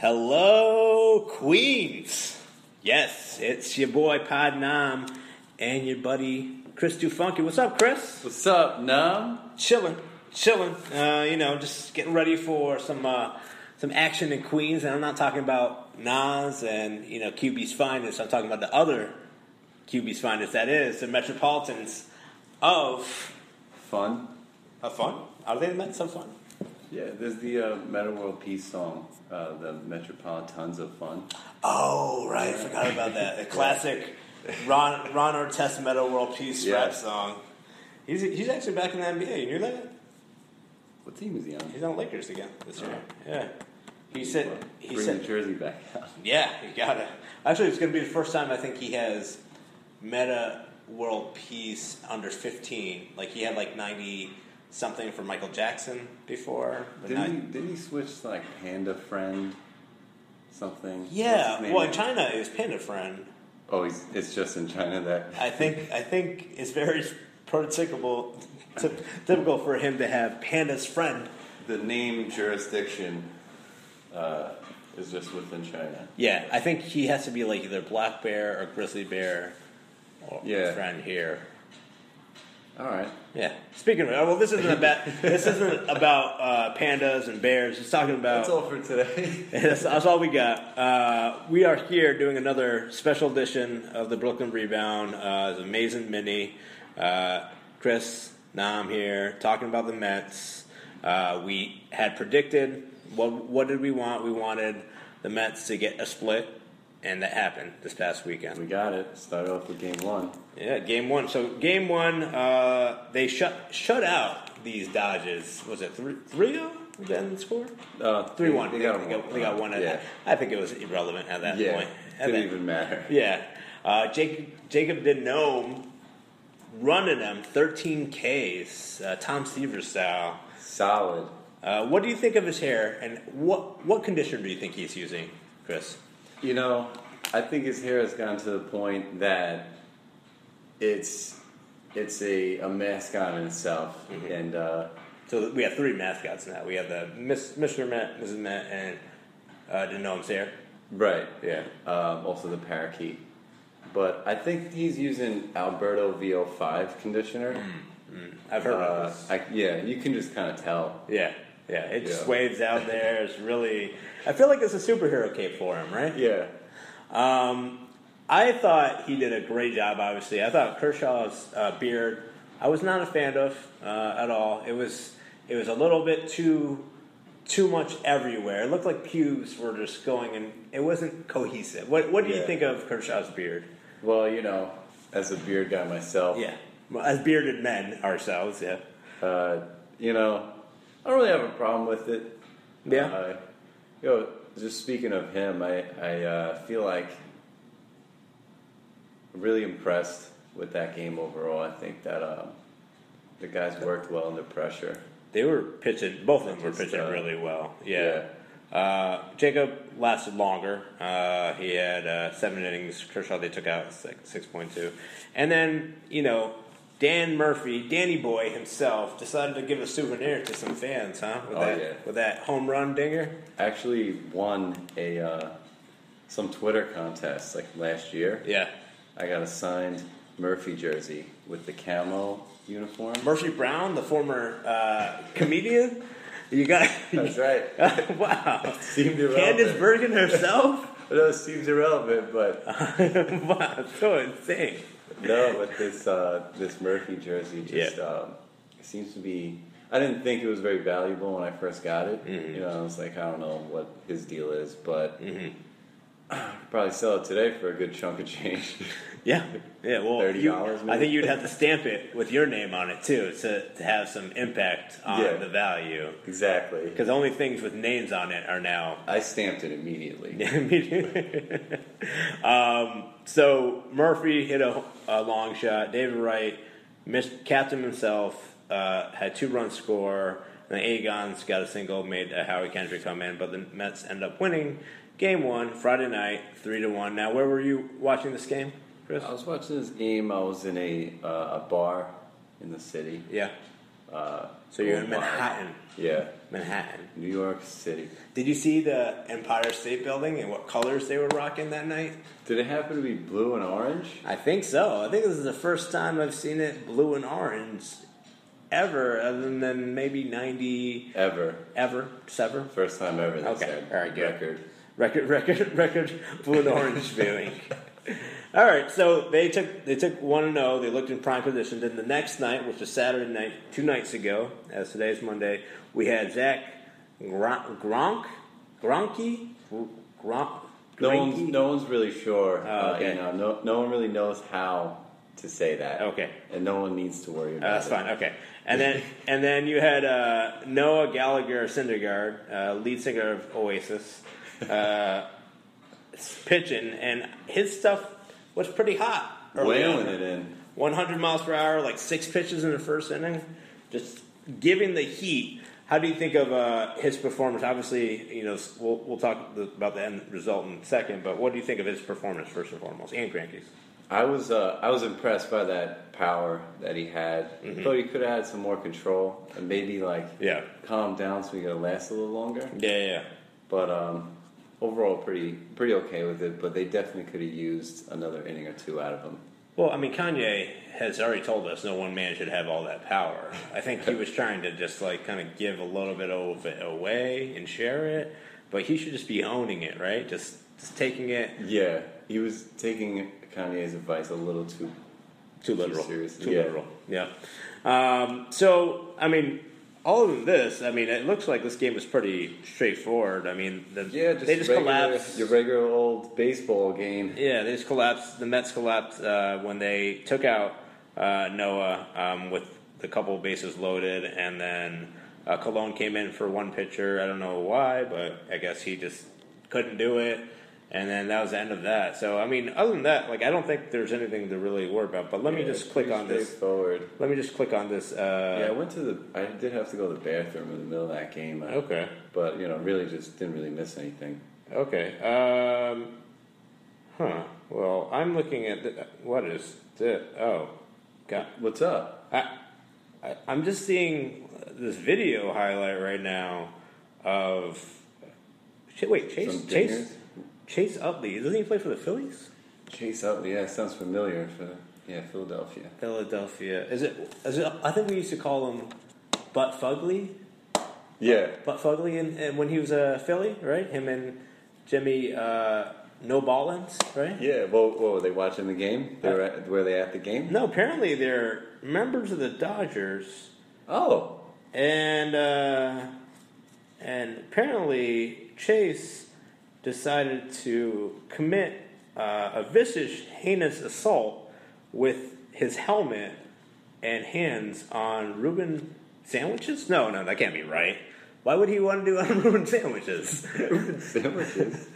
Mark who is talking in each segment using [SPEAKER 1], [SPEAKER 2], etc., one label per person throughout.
[SPEAKER 1] Hello, Queens. Yes, it's your boy Pod Nam and your buddy Chris Too Funky. What's up, Chris?
[SPEAKER 2] What's up, Numb?
[SPEAKER 1] Chilling, chilling. Uh, you know, just getting ready for some uh, some action in Queens, and I'm not talking about Nas and you know QB's finest. I'm talking about the other QB's finest. That is the Metropolitans of.
[SPEAKER 2] Fun?
[SPEAKER 1] Have fun? Are they meant some fun?
[SPEAKER 2] Yeah, there's the uh, Metal World Peace song, uh, the Metropolitans of Fun.
[SPEAKER 1] Oh, right. I forgot about that. The classic Ron, Ron Artest Metal World Peace
[SPEAKER 2] Yeah.
[SPEAKER 1] rap song. He's, he's actually back in the NBA. You knew that?
[SPEAKER 2] What team is he on?
[SPEAKER 1] He's on Lakers again this year.
[SPEAKER 2] Oh.
[SPEAKER 1] Yeah. He said,
[SPEAKER 2] Well,
[SPEAKER 1] he
[SPEAKER 2] Bring the
[SPEAKER 1] said,
[SPEAKER 2] jersey back out.
[SPEAKER 1] yeah, you got it. Actually, it's going to be the first time I think he has meta world peace under 15. Like, he had like 90 something for Michael Jackson before. but
[SPEAKER 2] Didn't he,
[SPEAKER 1] not-
[SPEAKER 2] didn't he switch to like Panda Friend something? What's
[SPEAKER 1] yeah,
[SPEAKER 2] his name?
[SPEAKER 1] well, in China, it was Panda Friend.
[SPEAKER 2] Oh, he's, it's just in China that.
[SPEAKER 1] I think I think it's very prototypical ty- typical for him to have Panda's friend.
[SPEAKER 2] The name jurisdiction uh, is just within China.
[SPEAKER 1] Yeah, I think he has to be like either black bear or grizzly bear or
[SPEAKER 2] Yeah.
[SPEAKER 1] friend here.
[SPEAKER 2] Alright.
[SPEAKER 1] Yeah. Speaking of, well, this isn't about this isn't about uh, pandas and bears. It's talking about
[SPEAKER 2] That's all for today.
[SPEAKER 1] that's, that's all we got. Uh, we are here doing another special edition of the Brooklyn Rebound. Uh, it's amazing mini. Uh, Chris, Nam here talking about the Mets. Uh, we had predicted what what did we want? We wanted the Mets to get a split, and that happened this past weekend.
[SPEAKER 2] we got it. Started off with game one.
[SPEAKER 1] Yeah, game one. So game one, uh, they shut shut out these Dodgers. Was it three three zero? Then score
[SPEAKER 2] Uh,
[SPEAKER 1] three one. They,
[SPEAKER 2] They,
[SPEAKER 1] they
[SPEAKER 2] got,
[SPEAKER 1] got,
[SPEAKER 2] a
[SPEAKER 1] they got one. At,
[SPEAKER 2] Yeah.
[SPEAKER 1] I think it was irrelevant at that
[SPEAKER 2] Yeah.
[SPEAKER 1] point. At
[SPEAKER 2] Didn't
[SPEAKER 1] that-
[SPEAKER 2] even matter.
[SPEAKER 1] yeah, uh, Jacob Jacob Denome running them thirteen Ks, uh, Tom Seaver style.
[SPEAKER 2] Solid.
[SPEAKER 1] Uh, what do you think of his hair, and what what conditioner do you think he's using, Chris?
[SPEAKER 2] You know, I think his hair has gotten to the point that it's it's a, a mascot in itself, and uh,
[SPEAKER 1] So we have three mascots now. We have the Miss, Mr. Met, Mrs. Met, and uh, Denome's hair.
[SPEAKER 2] right,
[SPEAKER 1] Yeah.
[SPEAKER 2] um, also the parakeet. But I think he's using Alberto VO5 conditioner.
[SPEAKER 1] I've heard of
[SPEAKER 2] Uh,
[SPEAKER 1] this.
[SPEAKER 2] I, yeah, you can just kind of tell.
[SPEAKER 1] Yeah, yeah. It just
[SPEAKER 2] Yeah.
[SPEAKER 1] waves out there. It's really. I feel like it's a superhero cape for him, right?
[SPEAKER 2] Yeah,
[SPEAKER 1] Um, I thought he did a great job. Obviously, I thought Kershaw's uh, beard. I was not a fan of uh, at all. It was it was a little bit too too much everywhere. It looked like pubes were just going, and it wasn't cohesive. What What do you
[SPEAKER 2] Yeah.
[SPEAKER 1] think of Kershaw's beard?
[SPEAKER 2] Well, you know, as a beard guy myself,
[SPEAKER 1] Yeah, well, as bearded men ourselves, yeah,
[SPEAKER 2] uh, you know, I don't really have a problem with it.
[SPEAKER 1] yeah.
[SPEAKER 2] Uh, you know, just speaking of him, I, I uh, feel like really impressed with that game overall. I think that um, the guys worked well under pressure.
[SPEAKER 1] They were pitching. Both of them were
[SPEAKER 2] Just,
[SPEAKER 1] pitching
[SPEAKER 2] uh,
[SPEAKER 1] really well. Yeah. Uh, Jacob lasted longer. Uh, he had uh, seven innings. Kershaw they took out six six point two, and then you know Dan Murphy, Danny Boy himself, decided to give a souvenir to some fans, huh? With
[SPEAKER 2] Oh,
[SPEAKER 1] that
[SPEAKER 2] yeah.
[SPEAKER 1] with that home run dinger.
[SPEAKER 2] Actually, won a uh, some Twitter contest like last year.
[SPEAKER 1] Yeah.
[SPEAKER 2] I got a signed Murphy jersey with the camo uniform.
[SPEAKER 1] Murphy Brown, the former uh, comedian. You got
[SPEAKER 2] That's right.
[SPEAKER 1] wow.
[SPEAKER 2] Seemed
[SPEAKER 1] Candace
[SPEAKER 2] irrelevant.
[SPEAKER 1] Bergen herself.
[SPEAKER 2] I know it seems irrelevant, but
[SPEAKER 1] wow, so insane.
[SPEAKER 2] No, but this uh, this Murphy jersey just um, seems to be. I didn't think it was very valuable when I first got it. You
[SPEAKER 1] Mm-hmm.
[SPEAKER 2] know, I was like, I don't know what his deal is, but I'd probably sell it today for a good chunk of change.
[SPEAKER 1] Yeah, yeah. Well,
[SPEAKER 2] $30
[SPEAKER 1] you- I
[SPEAKER 2] maybe?
[SPEAKER 1] think you'd have to stamp it with your name on it too to, to have some impact on
[SPEAKER 2] Yeah.
[SPEAKER 1] the value.
[SPEAKER 2] exactly.
[SPEAKER 1] Because only things with names on it are now.
[SPEAKER 2] I stamped it immediately.
[SPEAKER 1] um, so Murphy hit a, a long shot. David Wright, missed, captain himself, uh, had two runs score. And the Aegons got a single, made uh, Howie Kendrick come in, but the Mets end up winning game one Friday night, three to one. Now, where were you watching this game, Chris?
[SPEAKER 2] I was watching this game. I was in a uh, a bar in the city.
[SPEAKER 1] yeah.
[SPEAKER 2] Uh,
[SPEAKER 1] So you're in
[SPEAKER 2] worldwide.
[SPEAKER 1] Manhattan.
[SPEAKER 2] Yeah,
[SPEAKER 1] Manhattan.
[SPEAKER 2] New York City.
[SPEAKER 1] Did you see the Empire State Building and what colors they were rocking that night?
[SPEAKER 2] Did it happen to be blue and orange?
[SPEAKER 1] I think so. I think this is the first time I've seen it blue and orange ever, other than maybe 90
[SPEAKER 2] Ever.
[SPEAKER 1] ever, sever.
[SPEAKER 2] First time ever. They
[SPEAKER 1] Okay.
[SPEAKER 2] said.
[SPEAKER 1] All right, good.
[SPEAKER 2] Record.
[SPEAKER 1] Record, record, record, blue and orange viewing. All right, so they took they took one and zero. They looked in prime position. Then the next night, which was Saturday night, two nights ago, as today's Monday, we had Zach Gron- Gronk, Gronky, Gronk.
[SPEAKER 2] No one's,
[SPEAKER 1] Gronky?
[SPEAKER 2] no one's really sure.
[SPEAKER 1] Oh, okay.
[SPEAKER 2] uh, you know, no, no one really knows how to say that.
[SPEAKER 1] Okay.
[SPEAKER 2] And no one needs to worry about
[SPEAKER 1] Uh, that's
[SPEAKER 2] it.
[SPEAKER 1] fine. Okay, and then and then you had uh, Noah Gallagher Syndergaard, uh, lead singer of Oasis, uh, pitching, and his stuff was pretty hot. early
[SPEAKER 2] Wailing
[SPEAKER 1] on.
[SPEAKER 2] it in.
[SPEAKER 1] 100 miles per hour, like six pitches in the first inning, just giving the heat. How do you think of uh, his performance? Obviously, you know we'll, we'll talk the, about the end result in a second, but what do you think of his performance first and foremost, and Cranky's?
[SPEAKER 2] I was uh, I was impressed by that power that he had.
[SPEAKER 1] Mm-hmm.
[SPEAKER 2] Thought he could have had some more control and maybe like
[SPEAKER 1] Yeah.
[SPEAKER 2] calm down so he could last a little longer.
[SPEAKER 1] Yeah, yeah,
[SPEAKER 2] But um, overall, pretty pretty okay with it. But they definitely could have used another inning or two out of him.
[SPEAKER 1] Well, I mean, Kanye has already told us no one man should have all that power. I think he was trying to just like kind of give a little bit of it away and share it, but he should just be owning it, right? Just just taking it
[SPEAKER 2] Yeah, he was taking Kanye's advice a little too.
[SPEAKER 1] Too literal.
[SPEAKER 2] serious.
[SPEAKER 1] Too
[SPEAKER 2] Yeah.
[SPEAKER 1] literal. Yeah. Um, so, I mean, all of this, I mean, it looks like this game was pretty straightforward. I mean, the,
[SPEAKER 2] Yeah, just,
[SPEAKER 1] they just
[SPEAKER 2] regular,
[SPEAKER 1] collapsed.
[SPEAKER 2] your regular old baseball game.
[SPEAKER 1] Yeah, they just collapsed. The Mets collapsed uh, when they took out uh, Noah um, with the couple bases loaded, and then uh, Cologne came in for one pitcher. I don't know why, but I guess he just couldn't do it. And then that was the end of that. So, I mean, other than that, like I don't think there's anything to really worry about. But let me
[SPEAKER 2] Yeah,
[SPEAKER 1] just click
[SPEAKER 2] pretty
[SPEAKER 1] on this.
[SPEAKER 2] Straightforward.
[SPEAKER 1] Let me just click on this.
[SPEAKER 2] Yeah, I
[SPEAKER 1] Uh,
[SPEAKER 2] went to the. I did have to go to the bathroom in the middle of that game. I-
[SPEAKER 1] Okay.
[SPEAKER 2] But you know, really, just didn't really miss anything.
[SPEAKER 1] Okay. Um, huh. Well, I'm looking at the, what is this? Oh, God.
[SPEAKER 2] What's up?
[SPEAKER 1] I, I, I'm just seeing this video highlight right now of. Shit, wait, Chase
[SPEAKER 2] Some
[SPEAKER 1] Chase
[SPEAKER 2] dingers?
[SPEAKER 1] Chase Utley doesn't he play for the Phillies?
[SPEAKER 2] Chase Utley. Yeah, sounds familiar for yeah Philadelphia.
[SPEAKER 1] Philadelphia. Is it? Is it? I think we used to call him Butt Fugly.
[SPEAKER 2] Yeah,
[SPEAKER 1] Butt Fugly, and, and when he was a Philly, right? Him and Jimmy uh, No Ballins, right?
[SPEAKER 2] yeah. Well, whoa, were they watching the game? They were, at, were they at the game?
[SPEAKER 1] No, apparently they're members of the Dodgers.
[SPEAKER 2] Oh,
[SPEAKER 1] And uh, and apparently Chase decided to commit uh, a vicious, heinous assault with his helmet and hands on Reuben sandwiches. No, no, that can't be right. Why would he want to do on Reuben sandwiches?
[SPEAKER 2] sandwiches.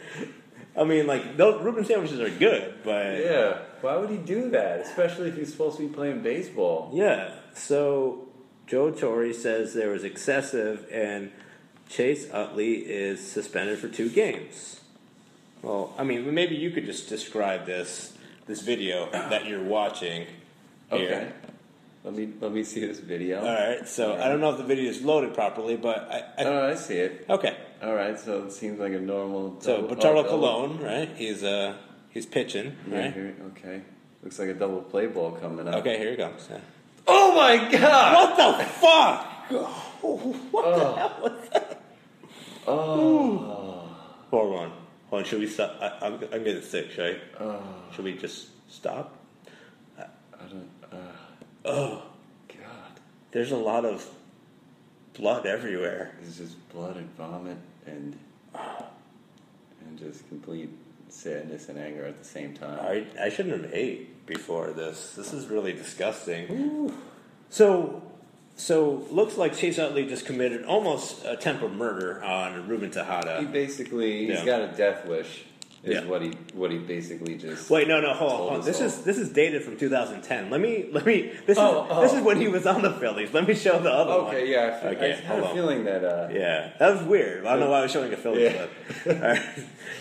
[SPEAKER 1] I mean, like those Reuben sandwiches are good, but
[SPEAKER 2] yeah. Why would he do that? Especially if he's supposed to be playing baseball.
[SPEAKER 1] Yeah. So Joe Torre says there was excessive, and Chase Utley is suspended for two games. Well, I mean, maybe you could just describe this this video that you're watching. Here.
[SPEAKER 2] Okay. Uh, Let me let me see this video.
[SPEAKER 1] All right. So I don't know if the video is loaded properly, but I, I
[SPEAKER 2] Oh, I see it.
[SPEAKER 1] okay.
[SPEAKER 2] All right, so it seems like a normal.
[SPEAKER 1] So
[SPEAKER 2] double-
[SPEAKER 1] Bartolo
[SPEAKER 2] oh, double-
[SPEAKER 1] Colon, right? He's uh he's pitching,
[SPEAKER 2] Yeah,
[SPEAKER 1] right?
[SPEAKER 2] here- okay. Looks like a double play ball coming up.
[SPEAKER 1] Okay, here he comes. Yeah.
[SPEAKER 2] Oh my god!
[SPEAKER 1] What the fuck? what the hell was that? Oh. Hold on. Hold on. Should we stop? I, I'm, I'm getting sick, right? Should we just stop?
[SPEAKER 2] I don't. Uh, oh god!
[SPEAKER 1] There's a lot of blood everywhere.
[SPEAKER 2] It's just blood and vomit and and just complete sadness and anger at the same time.
[SPEAKER 1] I, I shouldn't have ate before this. This is really disgusting. So, so looks like Chase Utley just committed almost a temper murder on Ruben Tejada.
[SPEAKER 2] He basically he's
[SPEAKER 1] Yeah.
[SPEAKER 2] got a death wish. Is
[SPEAKER 1] Yeah.
[SPEAKER 2] what he what he basically just.
[SPEAKER 1] Wait, no, no, hold on.
[SPEAKER 2] Told
[SPEAKER 1] Hold on.
[SPEAKER 2] us
[SPEAKER 1] This
[SPEAKER 2] all.
[SPEAKER 1] is this is dated from 2010. Let me let me. This
[SPEAKER 2] Oh,
[SPEAKER 1] is
[SPEAKER 2] oh.
[SPEAKER 1] this is when he was on the Phillies. Let me show the other one.
[SPEAKER 2] Okay, yeah. I, feel,
[SPEAKER 1] Okay,
[SPEAKER 2] I had
[SPEAKER 1] hold
[SPEAKER 2] a
[SPEAKER 1] on.
[SPEAKER 2] feeling that. Uh,
[SPEAKER 1] Yeah, that was weird. I don't know why I was showing a Phillies
[SPEAKER 2] Yeah.
[SPEAKER 1] clip. All right.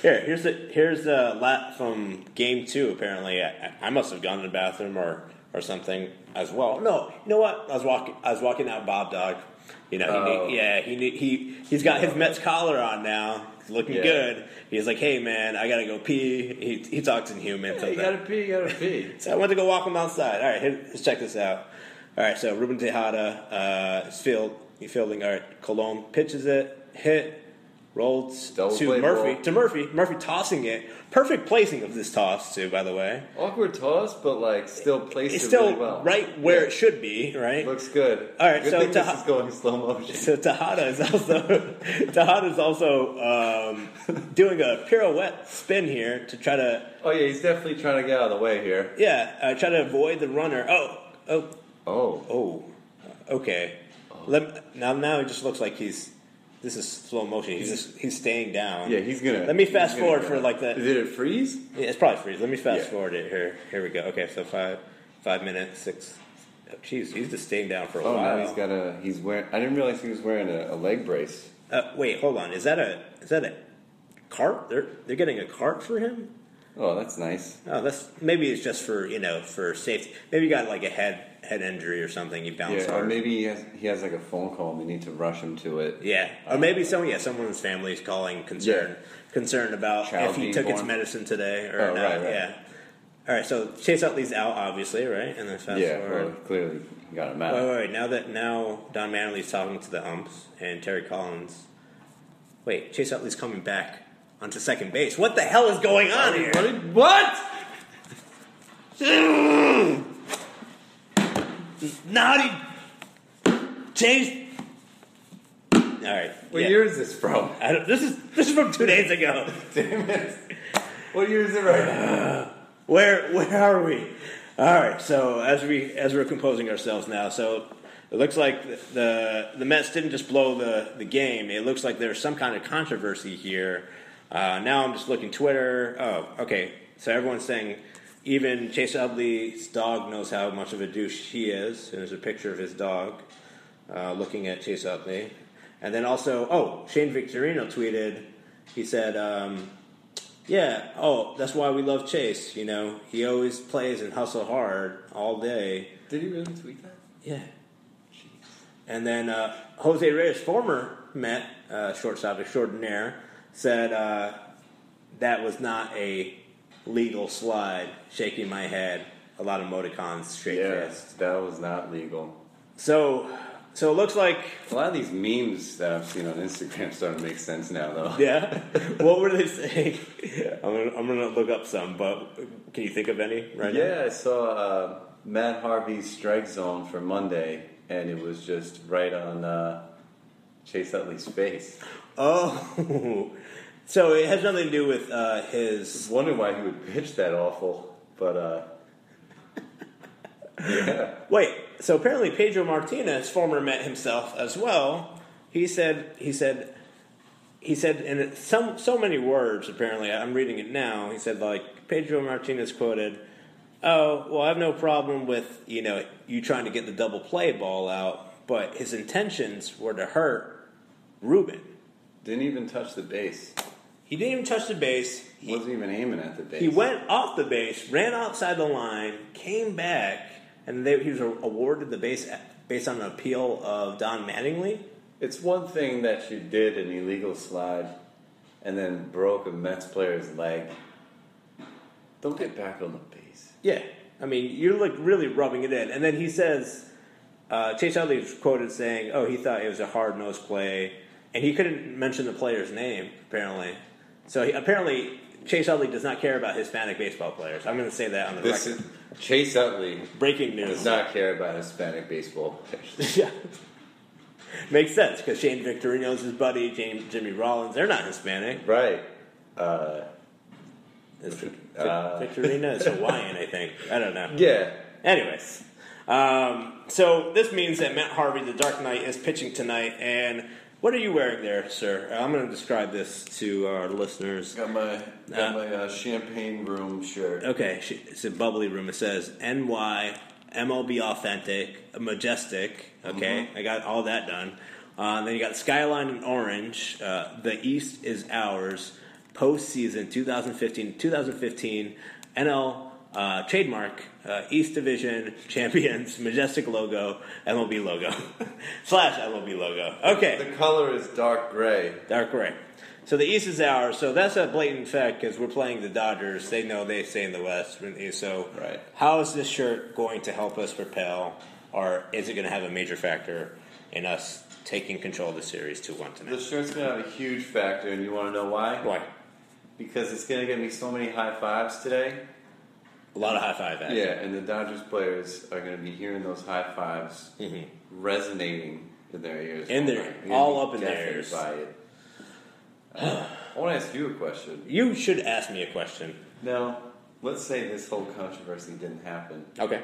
[SPEAKER 1] Here, here's the here's the lap from game two. Apparently, I, I must have gone to the bathroom or or something as well. No, you know what? I was walking. I was walking out Bob Dog. You know, he
[SPEAKER 2] Oh.
[SPEAKER 1] need, yeah, he need, he he's got his Mets collar on now. It's looking
[SPEAKER 2] Yeah.
[SPEAKER 1] good. He's like, hey man, I gotta go pee. He, he talks in human.
[SPEAKER 2] Yeah, you
[SPEAKER 1] sometimes.
[SPEAKER 2] gotta pee, you gotta pee.
[SPEAKER 1] So I went to go walk him outside. All right, here, let's check this out. All right, so Ruben Tejada uh, is field, he fielding. All right, Colon pitches it, hit, rolls
[SPEAKER 2] Double
[SPEAKER 1] to
[SPEAKER 2] play
[SPEAKER 1] Murphy.
[SPEAKER 2] ball.
[SPEAKER 1] To Murphy, Murphy tossing it. Perfect placing of this toss too, by the way.
[SPEAKER 2] Awkward toss, but like still placed
[SPEAKER 1] It's
[SPEAKER 2] it
[SPEAKER 1] still
[SPEAKER 2] really well.
[SPEAKER 1] right where it should be, right?
[SPEAKER 2] Looks good.
[SPEAKER 1] All right,
[SPEAKER 2] good
[SPEAKER 1] so
[SPEAKER 2] thing
[SPEAKER 1] to-
[SPEAKER 2] this is going slow motion.
[SPEAKER 1] So Tejada is also Tejada is also um, doing a pirouette spin here to try to
[SPEAKER 2] Oh yeah, he's definitely trying to get out of the way here.
[SPEAKER 1] yeah uh, try to avoid the runner. Oh oh
[SPEAKER 2] Oh,
[SPEAKER 1] Oh, okay. Let, now, now it just looks like he's. This is slow motion. He's just, he's staying down.
[SPEAKER 2] yeah, he's gonna.
[SPEAKER 1] Let me
[SPEAKER 2] he's
[SPEAKER 1] fast
[SPEAKER 2] gonna
[SPEAKER 1] forward
[SPEAKER 2] go.
[SPEAKER 1] for, like, the-
[SPEAKER 2] Did it freeze?
[SPEAKER 1] Yeah, it's probably freeze. Let me fast
[SPEAKER 2] Yeah.
[SPEAKER 1] forward it here. Here we go. Okay, so five, five minutes, six. oh, Jeez, he's just staying down for a
[SPEAKER 2] Oh,
[SPEAKER 1] while.
[SPEAKER 2] now he's got a. He's wearing. I didn't realize he was wearing a, a leg brace.
[SPEAKER 1] uh, wait, hold on. Is that a is that a cart? They're they're getting a cart for him.
[SPEAKER 2] Oh, that's nice.
[SPEAKER 1] Oh, that's maybe it's just for you know for safety. Maybe you got like a head head injury or something. You bounce
[SPEAKER 2] Yeah, or
[SPEAKER 1] hard.
[SPEAKER 2] maybe he has, he has like a phone call and they need to rush him to it.
[SPEAKER 1] Yeah, or maybe some yeah someone's family is calling concerned concerned about
[SPEAKER 2] Child
[SPEAKER 1] if he
[SPEAKER 2] being
[SPEAKER 1] took its
[SPEAKER 2] born.
[SPEAKER 1] medicine today or
[SPEAKER 2] Oh,
[SPEAKER 1] not.
[SPEAKER 2] right, right.
[SPEAKER 1] Yeah. All right, so Chase Utley's out, obviously, right? And then fast
[SPEAKER 2] yeah, well,
[SPEAKER 1] forward.
[SPEAKER 2] clearly he got him out.
[SPEAKER 1] Wait, wait, wait, Now that now Don Mattingly's talking to the umps and Terry Collins. Wait, Chase Utley's coming back onto second base. What the hell is going on here?
[SPEAKER 2] What? what?
[SPEAKER 1] Naughty Chase. All right.
[SPEAKER 2] What
[SPEAKER 1] yeah.
[SPEAKER 2] year is this from?
[SPEAKER 1] I don't, this is this is from two days ago.
[SPEAKER 2] Damn it. What year is it right now?
[SPEAKER 1] Where where are we? All right. So as we as we're composing ourselves now, so it looks like the the, the Mets didn't just blow the the game. It looks like there's some kind of controversy here. Uh, now I'm just looking Twitter. Oh, okay. So everyone's saying even Chase Utley's dog knows how much of a douche he is, and there's a picture of his dog uh, looking at Chase Utley. And then also, oh, Shane Victorino tweeted. He said. Um, yeah. Oh, that's why we love Chase. You know, he always plays and hustle hard all day.
[SPEAKER 2] Did he really tweet that?
[SPEAKER 1] Yeah. And then uh, Jose Reyes, former Met uh, shortstop extraordinaire, said uh, that was not a legal slide. Shaking my head, a lot of emoticons, straight face.
[SPEAKER 2] that was not legal.
[SPEAKER 1] So, so it looks like
[SPEAKER 2] A lot of these memes that I've seen on Instagram starting to make sense now, though.
[SPEAKER 1] yeah. what were they saying? I'm gonna, I'm gonna look up some, but can you think of any right now?
[SPEAKER 2] Yeah, I saw uh, Matt Harvey's strike zone for Monday, and it was just right on uh, Chase Utley's face.
[SPEAKER 1] Oh, so it has nothing to do with uh, his.
[SPEAKER 2] Wondering why he would pitch that awful, but uh, yeah,
[SPEAKER 1] Wait, so apparently Pedro Martinez, former Met himself as well, he said he said he said in some so many words. Apparently, I'm reading it now. He said like Pedro Martinez quoted, "Oh, well, I have no problem with you know you trying to get the double play ball out, but his intentions were to hurt Ruben.
[SPEAKER 2] didn't even touch the base.
[SPEAKER 1] He didn't even touch the base. He
[SPEAKER 2] Wasn't even aiming at the base.
[SPEAKER 1] He went off the base, ran outside the line, came back, and they, he was awarded the base based on an appeal of Don Mattingly.
[SPEAKER 2] It's one thing that you did an illegal slide and then broke a Mets player's leg. Don't get back on the base.
[SPEAKER 1] Yeah, I mean, you're like really rubbing it in. And then he says, uh, Chase Utley is quoted saying, "Oh, he thought it was a hard nosed play," and he couldn't mention the player's name apparently. So he, apparently, Chase Utley does not care about Hispanic baseball players. I'm going to say that on the
[SPEAKER 2] This
[SPEAKER 1] record.
[SPEAKER 2] is Chase Utley
[SPEAKER 1] Breaking news.
[SPEAKER 2] does not care about Hispanic baseball players.
[SPEAKER 1] Yeah. Makes sense because Shane Victorino's his buddy, James, Jimmy Rollins. They're not Hispanic.
[SPEAKER 2] right.
[SPEAKER 1] Is Vic-
[SPEAKER 2] Uh.
[SPEAKER 1] Victorino is Hawaiian, I think. I don't know.
[SPEAKER 2] Yeah.
[SPEAKER 1] Anyways, um, so this means that Matt Harvey, the Dark Knight, is pitching tonight. And what are you wearing there, sir? I'm going to describe this to our listeners.
[SPEAKER 2] Got my
[SPEAKER 1] got
[SPEAKER 2] my uh, champagne room shirt.
[SPEAKER 1] Okay, sh- it's a bubbly room. It says NY MLB Authentic Majestic. Okay, I got all that done. Uh, then you got Skyline in orange. Uh, the East is ours. Postseason 2015 2015 NL uh, trademark uh, East Division champions majestic logo MLB logo slash MLB logo. Okay,
[SPEAKER 2] The color is dark gray.
[SPEAKER 1] dark gray. So the East is ours. So that's a blatant fact because we're playing the Dodgers. They know they stay in the West. So
[SPEAKER 2] Right.
[SPEAKER 1] how is this shirt going to help us propel, or is it going to have a major factor in us taking control of the series two one
[SPEAKER 2] The
[SPEAKER 1] tonight?
[SPEAKER 2] shirt's gonna have a huge factor, and you want to know why?
[SPEAKER 1] Why?
[SPEAKER 2] Because it's gonna get me so many high fives today.
[SPEAKER 1] A lot of high five action.
[SPEAKER 2] Yeah, and the Dodgers players are gonna be hearing those high 5s resonating in their ears.
[SPEAKER 1] In their-
[SPEAKER 2] They're gonna be
[SPEAKER 1] Mm-hmm. all up in their
[SPEAKER 2] deafened
[SPEAKER 1] ears.
[SPEAKER 2] By it. Uh, I want to ask you a question.
[SPEAKER 1] You should ask me a question.
[SPEAKER 2] Now, let's say this whole controversy didn't happen.
[SPEAKER 1] Okay.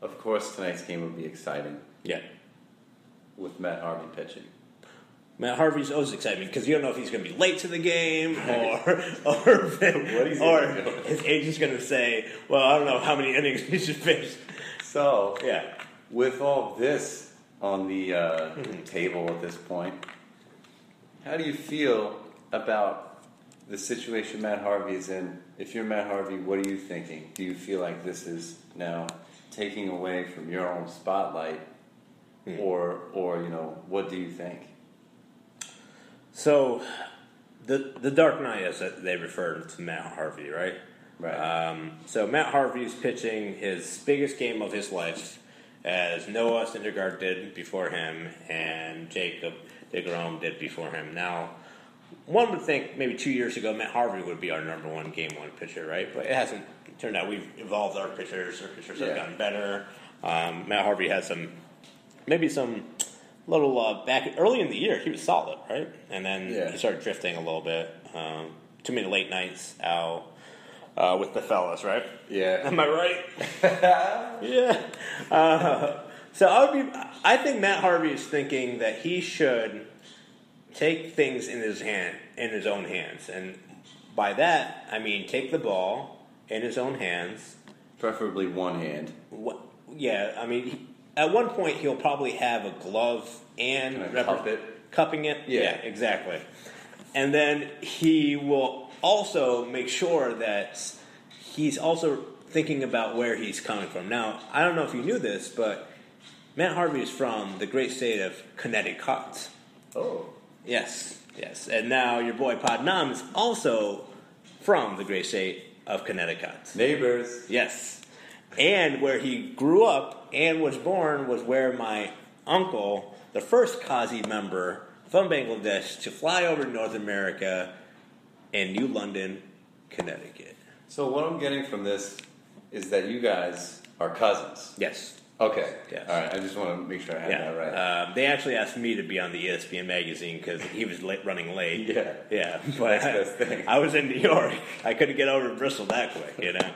[SPEAKER 2] Of course, tonight's game would be exciting
[SPEAKER 1] Yeah.
[SPEAKER 2] with Matt Harvey pitching.
[SPEAKER 1] Matt Harvey's always exciting because you don't know if he's going to be late to the game or or,
[SPEAKER 2] he's
[SPEAKER 1] or
[SPEAKER 2] gonna do.
[SPEAKER 1] his agent's going to say, "Well, I don't know how many innings he should pitch."
[SPEAKER 2] So,
[SPEAKER 1] Yeah,
[SPEAKER 2] With all this on the uh, table at this point, how do you feel about the situation Matt Harvey is in? If you're Matt Harvey, what are you thinking? Do you feel like this is now taking away from your own spotlight, or or you know what do you think?
[SPEAKER 1] So, the the Dark Knight, as they refer to Matt Harvey, right?
[SPEAKER 2] Right.
[SPEAKER 1] Um, so Matt Harvey is pitching his biggest game of his life, as Noah Syndergaard did before him, and Jacob Degrom did before him. Now, one would think maybe two years ago Matt Harvey would be our number one game one pitcher, right? But it hasn't turned out. We've evolved our pitchers. Our pitchers
[SPEAKER 2] Yeah.
[SPEAKER 1] have gotten better. Um, Matt Harvey has some maybe some little uh, back early in the year he was solid right and then
[SPEAKER 2] Yeah.
[SPEAKER 1] he started drifting a little bit um, too many late nights out uh, with the fellas right
[SPEAKER 2] yeah.
[SPEAKER 1] am i right yeah uh, so i would be i think matt harvey is thinking that he should take things in his hand in his own hands and by that i mean take the ball in his own hands
[SPEAKER 2] Preferably one hand.
[SPEAKER 1] what, yeah, I mean, he- at one point he'll probably have a glove and
[SPEAKER 2] Kind of
[SPEAKER 1] repre-
[SPEAKER 2] cup it.
[SPEAKER 1] cupping it.
[SPEAKER 2] Yeah.
[SPEAKER 1] exactly. And then he will also make sure that he's also thinking about where he's coming from. Now, I don't know if you knew this, but Matt Harvey is from the great state of Connecticut.
[SPEAKER 2] Oh.
[SPEAKER 1] Yes, yes. And now your boy Podnam is also from the great state of Connecticut.
[SPEAKER 2] Neighbors.
[SPEAKER 1] Yes. And where he grew up and was born was where my uncle, the first Kazi member from Bangladesh to fly over to North America in New London, Connecticut.
[SPEAKER 2] So what I'm getting from this is that you guys are cousins. Uh,
[SPEAKER 1] Yes.
[SPEAKER 2] Okay.
[SPEAKER 1] Yes.
[SPEAKER 2] All right. I just want to make sure I have
[SPEAKER 1] Yeah.
[SPEAKER 2] that right.
[SPEAKER 1] Um, they actually asked me to be on the E ESPN magazine because he was late, running late.
[SPEAKER 2] Yeah.
[SPEAKER 1] Yeah. But
[SPEAKER 2] That's the thing.
[SPEAKER 1] I, was in New York. I couldn't get over to Bristol that quick, you know.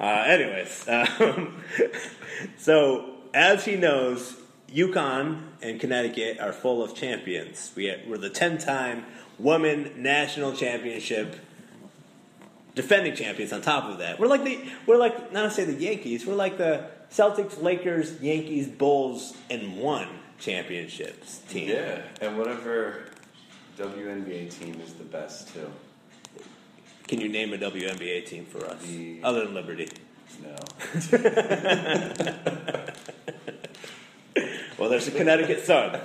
[SPEAKER 1] Uh, anyways, um, so as he knows, Yukon and Connecticut are full of champions. We we're the ten-time women national championship defending champions on top of that. We're like the we're like not to say the Yankees, we're like the Celtics, Lakers, Yankees, Bulls, and one championships team.
[SPEAKER 2] Yeah, and whatever WNBA team is the best too.
[SPEAKER 1] Can you name a WNBA team for us?
[SPEAKER 2] The-
[SPEAKER 1] Other than Liberty.
[SPEAKER 2] No,
[SPEAKER 1] Well, there's a Connecticut Sun.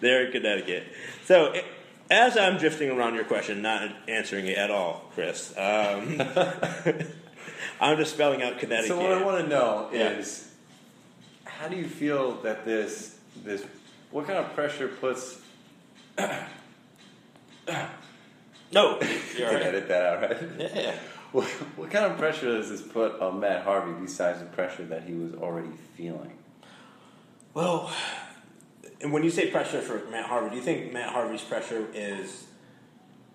[SPEAKER 1] They're in Connecticut. So, i- as I'm drifting around your question, not answering it at all, Chris, um, I'm just spelling out Connecticut.
[SPEAKER 2] So what I want to know
[SPEAKER 1] Yeah.
[SPEAKER 2] is, how do you feel that this this what kind of pressure puts?
[SPEAKER 1] no,
[SPEAKER 2] You
[SPEAKER 1] you're
[SPEAKER 2] can
[SPEAKER 1] all right.
[SPEAKER 2] edit that out, right?
[SPEAKER 1] Yeah.
[SPEAKER 2] What, what kind of pressure does this put on Matt Harvey besides the pressure that he was already feeling?
[SPEAKER 1] Well, and when you say pressure for Matt Harvey, do you think Matt Harvey's pressure is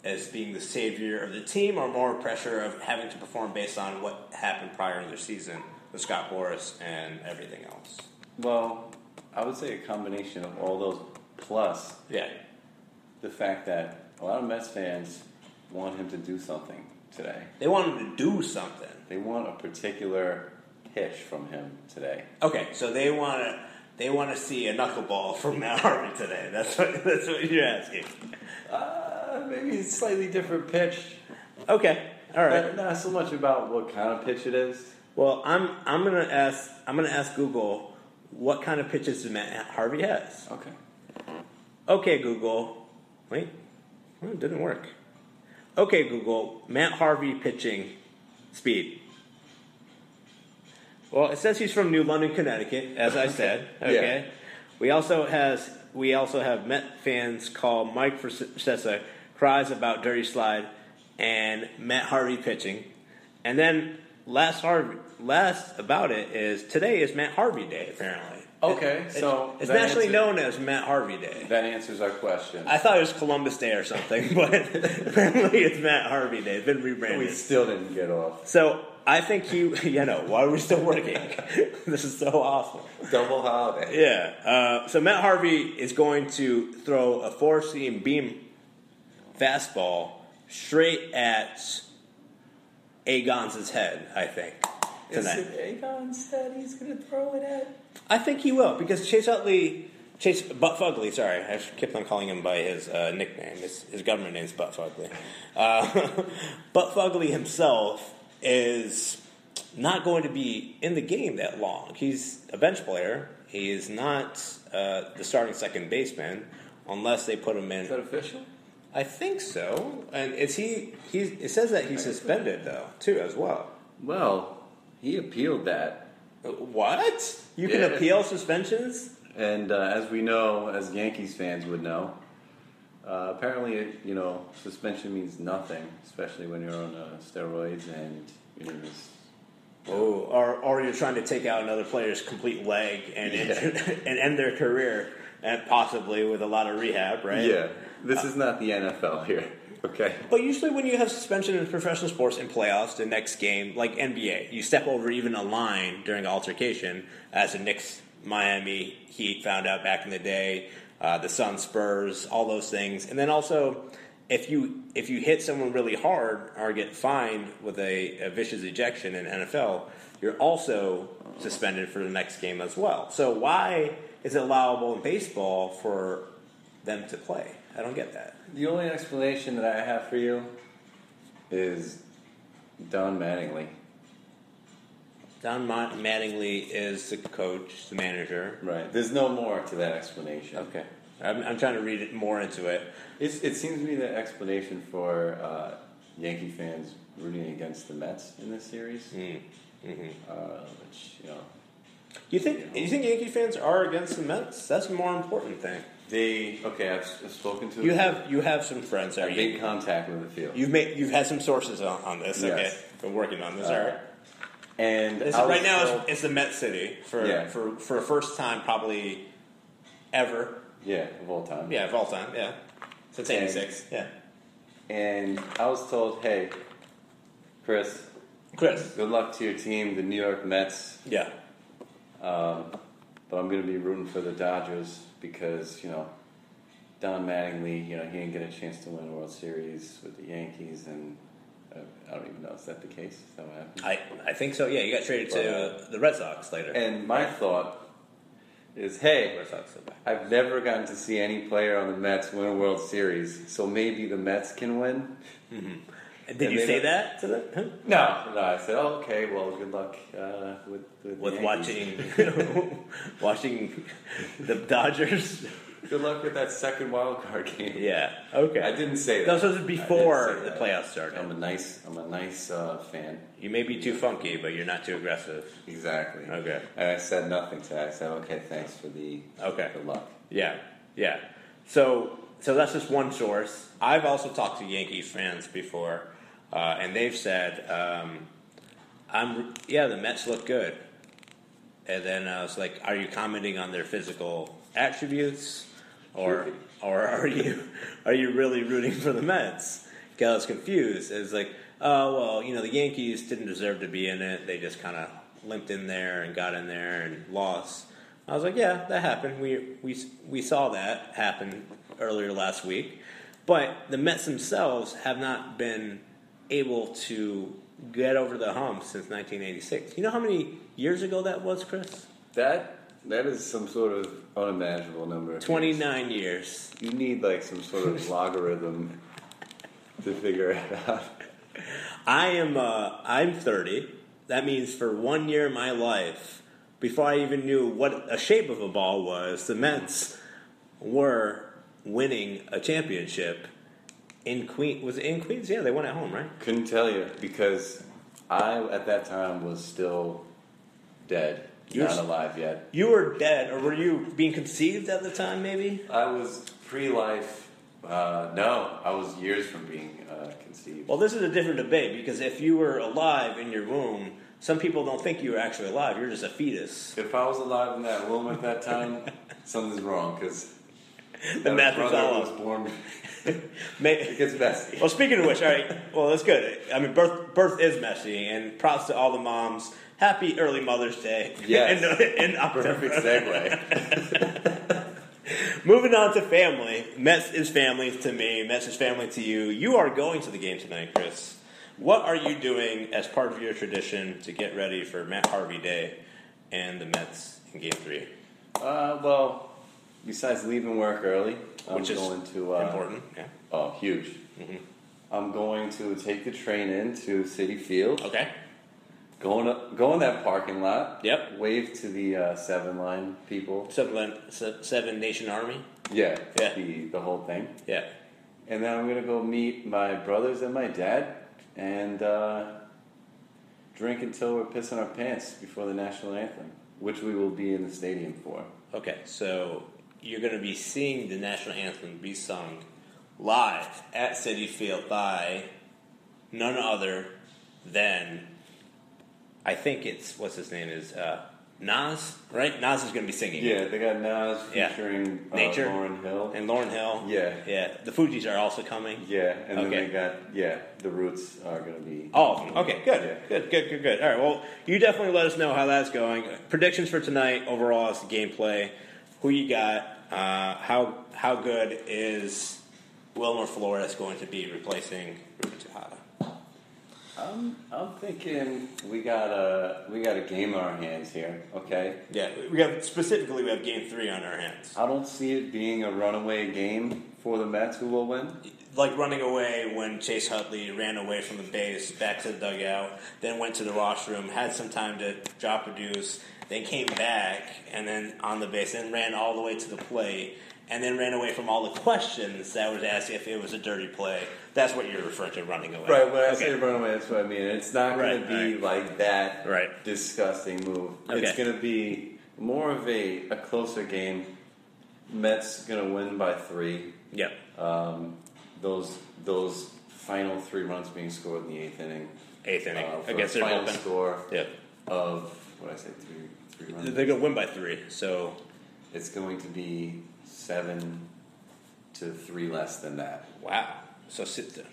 [SPEAKER 1] as being the savior of the team, or more pressure of having to perform based on what happened prior in the season with Scott Boris and everything else?
[SPEAKER 2] Well, I would say a combination of all those plus
[SPEAKER 1] Yeah,
[SPEAKER 2] the fact that a lot of Mets fans want him to do something today.
[SPEAKER 1] they wanted to do something.
[SPEAKER 2] They want a particular pitch from him today.
[SPEAKER 1] Okay, so they want to they want to see a knuckleball from Matt Harvey today. That's what that's what you're asking.
[SPEAKER 2] Uh, maybe a slightly different pitch.
[SPEAKER 1] Okay, all all right.
[SPEAKER 2] Not, not so much about what kind of pitch it is.
[SPEAKER 1] Well, I'm I'm gonna ask I'm gonna ask Google what kind of pitches Matt Harvey has.
[SPEAKER 2] Okay.
[SPEAKER 1] Okay, Google. Wait, well, it didn't work. Okay, Google. Matt Harvey pitching speed. Well, it says he's from New London, Connecticut, as I said. Okay. We also has we also have Met fans call Mike Francesa cries about dirty slide and Matt Harvey pitching, and then last Harvey last about it is today is Matt Harvey Day apparently.
[SPEAKER 2] Okay, Oh, so
[SPEAKER 1] It's
[SPEAKER 2] that
[SPEAKER 1] nationally
[SPEAKER 2] answer-
[SPEAKER 1] known as Matt Harvey Day.
[SPEAKER 2] That answers our question.
[SPEAKER 1] I thought it was Columbus Day or something, but apparently it's Matt Harvey Day. It's been rebranded.
[SPEAKER 2] we still didn't get off.
[SPEAKER 1] So I think he, you know, why are we still working? this is so awful.
[SPEAKER 2] Double holiday.
[SPEAKER 1] Yeah. Uh, so Matt Harvey is going to throw a four seam beam fastball straight at Agon's head. I think tonight.
[SPEAKER 2] Aegon said he's going to throw it at?
[SPEAKER 1] I think he will because Chase Utley, Chase Butt Fugley. Sorry, I kept on calling him by his uh, nickname. His, his government name is Butt Fugley. Uh, Butt Fugley himself is not going to be in the game that long. He's a bench player. He is not uh, the starting second baseman unless they put him
[SPEAKER 2] Is that
[SPEAKER 1] in.
[SPEAKER 2] official?
[SPEAKER 1] I think so. And is he? He it says that he's suspended though too as well.
[SPEAKER 2] Well, he appealed that.
[SPEAKER 1] Uh, What? You can
[SPEAKER 2] Yeah.
[SPEAKER 1] appeal suspensions?
[SPEAKER 2] And uh, as we know, as Yankees fans would know, uh, apparently, you know, suspension means nothing, especially when you're on uh, steroids and you know, this-
[SPEAKER 1] Oh, or, or you're trying to take out another player's complete leg and end, and end their career, and possibly with a lot of rehab, right?
[SPEAKER 2] Yeah, this is not the NFL here. Okay.
[SPEAKER 1] But usually, when you have suspension in professional sports in playoffs, the next game, like NBA, you step over even a line during altercation, as the Knicks, Miami Heat found out back in the day, uh, the Sun, Spurs, all those things, and then also. If you if you hit someone really hard or get fined with a, a vicious ejection in NFL, you're also suspended for the next game as well. So why is it allowable in baseball for them to play? I don't get that.
[SPEAKER 2] The only explanation that I have for you is Don Mattingly.
[SPEAKER 1] Don Ma- Mattingly is the coach, the manager.
[SPEAKER 2] Right. There's no more to that explanation.
[SPEAKER 1] Okay. I'm, I'm trying to read it more into it.
[SPEAKER 2] It's, it seems to be the explanation for uh, Yankee fans rooting against the Mets in this series, uh, which you know
[SPEAKER 1] You think you think Yankee fans are against the Mets? That's the more important thing.
[SPEAKER 2] they okay. I've, I've spoken to
[SPEAKER 1] You have you have some friends that are
[SPEAKER 2] I've
[SPEAKER 1] Yankee.
[SPEAKER 2] made contact with the field,
[SPEAKER 1] You've made you've had some sources on, on this.
[SPEAKER 2] Yes.
[SPEAKER 1] Okay, been working on this.
[SPEAKER 2] Uh,
[SPEAKER 1] all right.
[SPEAKER 2] and
[SPEAKER 1] This-
[SPEAKER 2] I was
[SPEAKER 1] right now,
[SPEAKER 2] told-
[SPEAKER 1] it's, it's the Met City for
[SPEAKER 2] Yeah.
[SPEAKER 1] for for the first time probably ever.
[SPEAKER 2] yeah, of all time.
[SPEAKER 1] Yeah, of all time. Yeah, since
[SPEAKER 2] And-
[SPEAKER 1] '86. Yeah,
[SPEAKER 2] And I was told, hey, Chris,
[SPEAKER 1] Chris.
[SPEAKER 2] good luck to your team, the New York Mets.
[SPEAKER 1] Yeah,
[SPEAKER 2] But I'm going to be rooting for the Dodgers because, you know, Don Mattingly, you know, he didn't get a chance to win a World Series with the Yankees, and uh, I don't even know, is that the case? Is that what happened?
[SPEAKER 1] I I think so. Yeah, you got traded to uh, the Red Sox later.
[SPEAKER 2] And my thought is, hey,
[SPEAKER 1] Red Sox. so-
[SPEAKER 2] I've never gotten to see any player on the Mets win a World Series, so maybe the Mets can win?
[SPEAKER 1] Did
[SPEAKER 2] And
[SPEAKER 1] you
[SPEAKER 2] they
[SPEAKER 1] say
[SPEAKER 2] don't-
[SPEAKER 1] that to them?
[SPEAKER 2] No. No, I said, oh, okay, well, good luck uh, with, with, the
[SPEAKER 1] With
[SPEAKER 2] Yankees.
[SPEAKER 1] watching, watching the Dodgers.
[SPEAKER 2] Good luck with that second wild card game.
[SPEAKER 1] Yeah. Okay.
[SPEAKER 2] I didn't say that.
[SPEAKER 1] Those was
[SPEAKER 2] I
[SPEAKER 1] before
[SPEAKER 2] didn't
[SPEAKER 1] the
[SPEAKER 2] say that.
[SPEAKER 1] playoffs started.
[SPEAKER 2] I'm a nice, I'm a nice uh, fan.
[SPEAKER 1] you may be too funky, but you're not too aggressive.
[SPEAKER 2] Exactly.
[SPEAKER 1] Okay.
[SPEAKER 2] And I said nothing to that. I said, okay, thanks for the
[SPEAKER 1] Okay.
[SPEAKER 2] the luck.
[SPEAKER 1] Yeah. Yeah. So so that's just one source. I've also talked to Yankee fans before, uh, and they've said, um, "I'm yeah, the Mets look good." And then I was like, "Are you commenting on their physical attributes, or or are you are you really rooting for the Mets?" Because I was confused. It was like, "Oh well, you know, the Yankees didn't deserve to be in it. They just kind of limped in there and got in there and lost." I was like, "Yeah, that happened. We we we saw that happen earlier last week." But the Mets themselves have not been able to get over the hump since 1986. You know how many years ago that was, Chris?
[SPEAKER 2] That that is some sort of unimaginable number. of
[SPEAKER 1] 29 years.
[SPEAKER 2] years. You need like some sort of logarithm to figure it out.
[SPEAKER 1] I am uh, I'm 30. That means for one year of my life, before I even knew what a shape of a ball was, the Mets were winning a championship in Queen. Was it in Queens? Yeah, they won at home, right?
[SPEAKER 2] Couldn't tell you because I at that time was still dead,
[SPEAKER 1] You were
[SPEAKER 2] not
[SPEAKER 1] s-
[SPEAKER 2] alive yet.
[SPEAKER 1] You were dead, or were you being conceived at the time? Maybe.
[SPEAKER 2] I was pre-life. Uh, no, I was years from being uh, conceived.
[SPEAKER 1] Well, this is a different debate because if you were alive in your womb, some people don't think you were actually alive. You're just a fetus.
[SPEAKER 2] If I was alive in that womb at that time, something's wrong because
[SPEAKER 1] The math is all
[SPEAKER 2] was
[SPEAKER 1] up.
[SPEAKER 2] born.
[SPEAKER 1] May-
[SPEAKER 2] It gets messy.
[SPEAKER 1] Well, speaking of which, all right. Well, that's good. I mean, birth birth is messy, and props to all the moms. Happy early Mother's Day.
[SPEAKER 2] Yes.
[SPEAKER 1] in, in
[SPEAKER 2] Perfect
[SPEAKER 1] October.
[SPEAKER 2] segue.
[SPEAKER 1] Moving on to family. Mets is family to me. Mets is family to you. You are going to the game tonight, Chris. What are you doing as part of your tradition to get ready for Matt Harvey Day and the Mets in Game Three,
[SPEAKER 2] Uh, well, besides leaving work early, I'm
[SPEAKER 1] which is
[SPEAKER 2] going to uh,
[SPEAKER 1] important? Yeah.
[SPEAKER 2] Oh, huge. I'm going to take the train in to City Field.
[SPEAKER 1] Okay.
[SPEAKER 2] Go in, go in that parking lot.
[SPEAKER 1] Yep.
[SPEAKER 2] Wave to the uh, seven line people.
[SPEAKER 1] Seven, seven Nation Army.
[SPEAKER 2] Yeah.
[SPEAKER 1] Yeah.
[SPEAKER 2] The, the whole thing.
[SPEAKER 1] Yeah.
[SPEAKER 2] And then I'm going to go meet my brothers and my dad and uh, drink until we're pissing our pants before the national anthem, which we will be in the stadium for.
[SPEAKER 1] Okay, so you're going to be seeing the national anthem be sung live at City Field by none other than I think it's what's his name is uh, Nas, right? Nas is going to be singing.
[SPEAKER 2] Yeah, they got Nas
[SPEAKER 1] Yeah.
[SPEAKER 2] featuring uh,
[SPEAKER 1] Nature.
[SPEAKER 2] Lauren Hill.
[SPEAKER 1] and Lauren Hill.
[SPEAKER 2] Yeah.
[SPEAKER 1] yeah. The Fugees are also coming.
[SPEAKER 2] yeah, and
[SPEAKER 1] Okay. Oh.
[SPEAKER 2] then they got, yeah, the Roots are going to be.
[SPEAKER 1] All of them. Okay, good,
[SPEAKER 2] Yeah.
[SPEAKER 1] good, good, good, good. All right. Well, you definitely let us know how that's going. Predictions for tonight overall is the gameplay. Who you got? Uh, how how good is Wilmer Flores going to be replacing Ruben Tejada?
[SPEAKER 2] I'm, I'm thinking we got a we got a game on our hands here. Okay,
[SPEAKER 1] Yeah, we have specifically we have game three on our hands.
[SPEAKER 2] I don't see it being a runaway game for the Mets who will win.
[SPEAKER 1] Like running away when Chase Hutley ran away from the base, back to the dugout, then went to the washroom, had some time to drop a deuce, then came back and then on the base, then ran all the way to the plate, and then ran away from all the questions that was asked if it was a dirty play. That's what you're referring to, running away.
[SPEAKER 2] Right. When I
[SPEAKER 1] Okay.
[SPEAKER 2] say runaway, that's what I mean. It's not going
[SPEAKER 1] Right,
[SPEAKER 2] to be like that.
[SPEAKER 1] Right.
[SPEAKER 2] Disgusting move. It's
[SPEAKER 1] Okay.
[SPEAKER 2] going to be more of a, a closer game. Mets going to win by three.
[SPEAKER 1] Yeah.
[SPEAKER 2] Um, those those final three runs being scored in the eighth inning.
[SPEAKER 1] Eighth inning
[SPEAKER 2] uh, for
[SPEAKER 1] against
[SPEAKER 2] a
[SPEAKER 1] their
[SPEAKER 2] final
[SPEAKER 1] bullpen.
[SPEAKER 2] score
[SPEAKER 1] Yeah.
[SPEAKER 2] of what I say three three runs.
[SPEAKER 1] They're gonna win by three, so
[SPEAKER 2] It's going to be seven to three less than that.
[SPEAKER 1] wow. So sit there.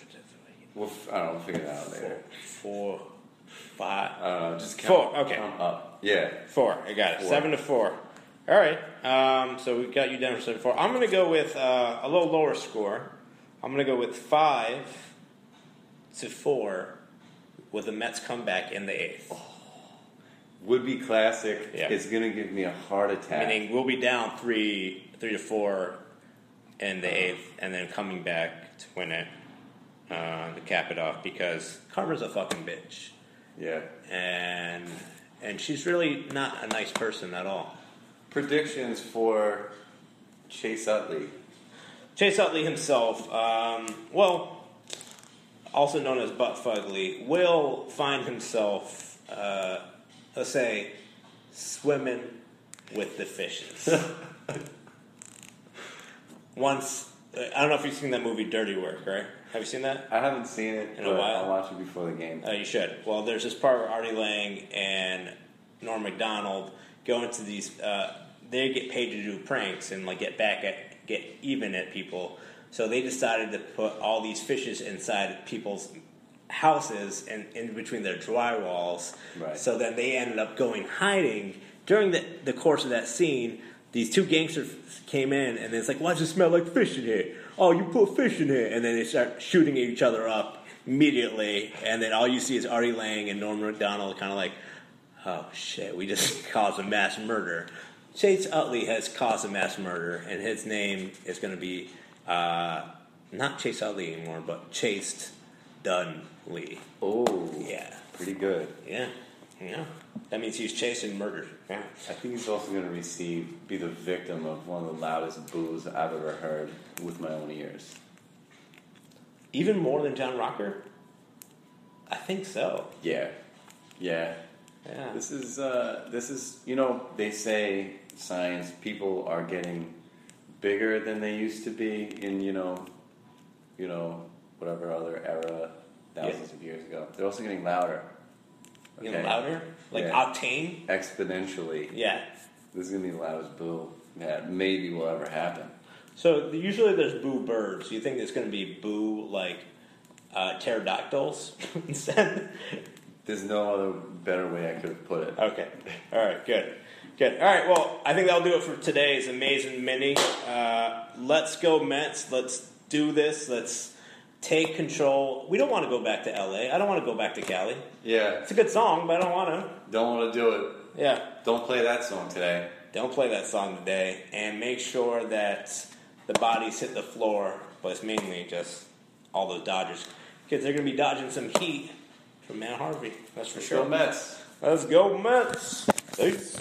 [SPEAKER 2] We'll, f- I don't know, we'll figure that out
[SPEAKER 1] Four,
[SPEAKER 2] later.
[SPEAKER 1] four, five.
[SPEAKER 2] I don't know, just count,
[SPEAKER 1] Four, okay.
[SPEAKER 2] count up. Yeah.
[SPEAKER 1] Four. I got it.
[SPEAKER 2] Four.
[SPEAKER 1] Seven to four. All right. Um, so we got you down for seven to four. I'm going to go with uh, a little lower score. I'm going to go with five to four with the Mets comeback in the eighth.
[SPEAKER 2] Would be classic.
[SPEAKER 1] Yeah.
[SPEAKER 2] It's going to give me a heart attack.
[SPEAKER 1] Meaning we'll be down three, three to four in the eighth, and then coming back to win it uh, to cap it off because Karma's a fucking bitch.
[SPEAKER 2] yeah.
[SPEAKER 1] And and she's really not a nice person at all.
[SPEAKER 2] Predictions for Chase Utley.
[SPEAKER 1] Chase Utley himself, um, well, also known as Butt Fugly, will find himself, uh, let's say, swimming with the fishes. Once, I don't know if you've seen that movie Dirty Work, right? Have you seen that?
[SPEAKER 2] I haven't seen it,
[SPEAKER 1] In a
[SPEAKER 2] but
[SPEAKER 1] while.
[SPEAKER 2] I'll watch it before the game.
[SPEAKER 1] Uh, you should. Well, there's this part where Artie Lang and Norm Macdonald go into these. Uh, they get paid to do pranks and like get back at get even at people. So they decided to put all these fishes inside people's houses and in between their drywalls.
[SPEAKER 2] Right.
[SPEAKER 1] So then they ended up going hiding. During the, the course of that scene, these two gangsters came in and it's like, why does it smell like fish in here? Oh, you put fish in here. And then they start shooting each other up immediately. And then all you see is Artie Lang and Norman McDonald kind of like, oh shit, we just caused a mass murder. Chase Utley has caused a mass murder, and his name is going to be uh, not Chase Utley anymore, but Chased Dunley.
[SPEAKER 2] Oh,
[SPEAKER 1] Yeah.
[SPEAKER 2] pretty good.
[SPEAKER 1] Yeah. Yeah. That means he's chasing murder. Yeah.
[SPEAKER 2] I think he's also going to receive, be the victim of one of the loudest boos I've ever heard with my own ears.
[SPEAKER 1] Even more than John Rocker? I think so.
[SPEAKER 2] Yeah, yeah.
[SPEAKER 1] Yeah.
[SPEAKER 2] This is uh, this is you know they say science people are getting bigger than they used to be in you know you know whatever other era thousands of years ago. They're also getting louder.
[SPEAKER 1] You know,
[SPEAKER 2] Okay?
[SPEAKER 1] louder? Like
[SPEAKER 2] Yeah.
[SPEAKER 1] octane?
[SPEAKER 2] exponentially.
[SPEAKER 1] Yeah.
[SPEAKER 2] This is gonna be the loudest boo that maybe will ever happen.
[SPEAKER 1] So usually there's boo birds. You think it's going to be boo like uh, pterodactyls instead?
[SPEAKER 2] There's no other better way I could have put it.
[SPEAKER 1] Okay. All right. Good. Good. All right. Well, I think that'll do it for today's amazing mini. Uh, let's go Mets. Let's do this. Let's take control. We don't want to go back to LA. I don't want to go back to Cali.
[SPEAKER 2] Yeah,
[SPEAKER 1] It's a good song, but I don't want to.
[SPEAKER 2] don't want to do it.
[SPEAKER 1] Yeah.
[SPEAKER 2] Don't play that song today.
[SPEAKER 1] Don't play that song today, and make sure that the bodies hit the floor. But it's mainly just all those Dodgers because they're going to be dodging some heat from Matt Harvey. That's for
[SPEAKER 2] Go
[SPEAKER 1] sure.
[SPEAKER 2] Mets.
[SPEAKER 1] Let's go Mets. Peace.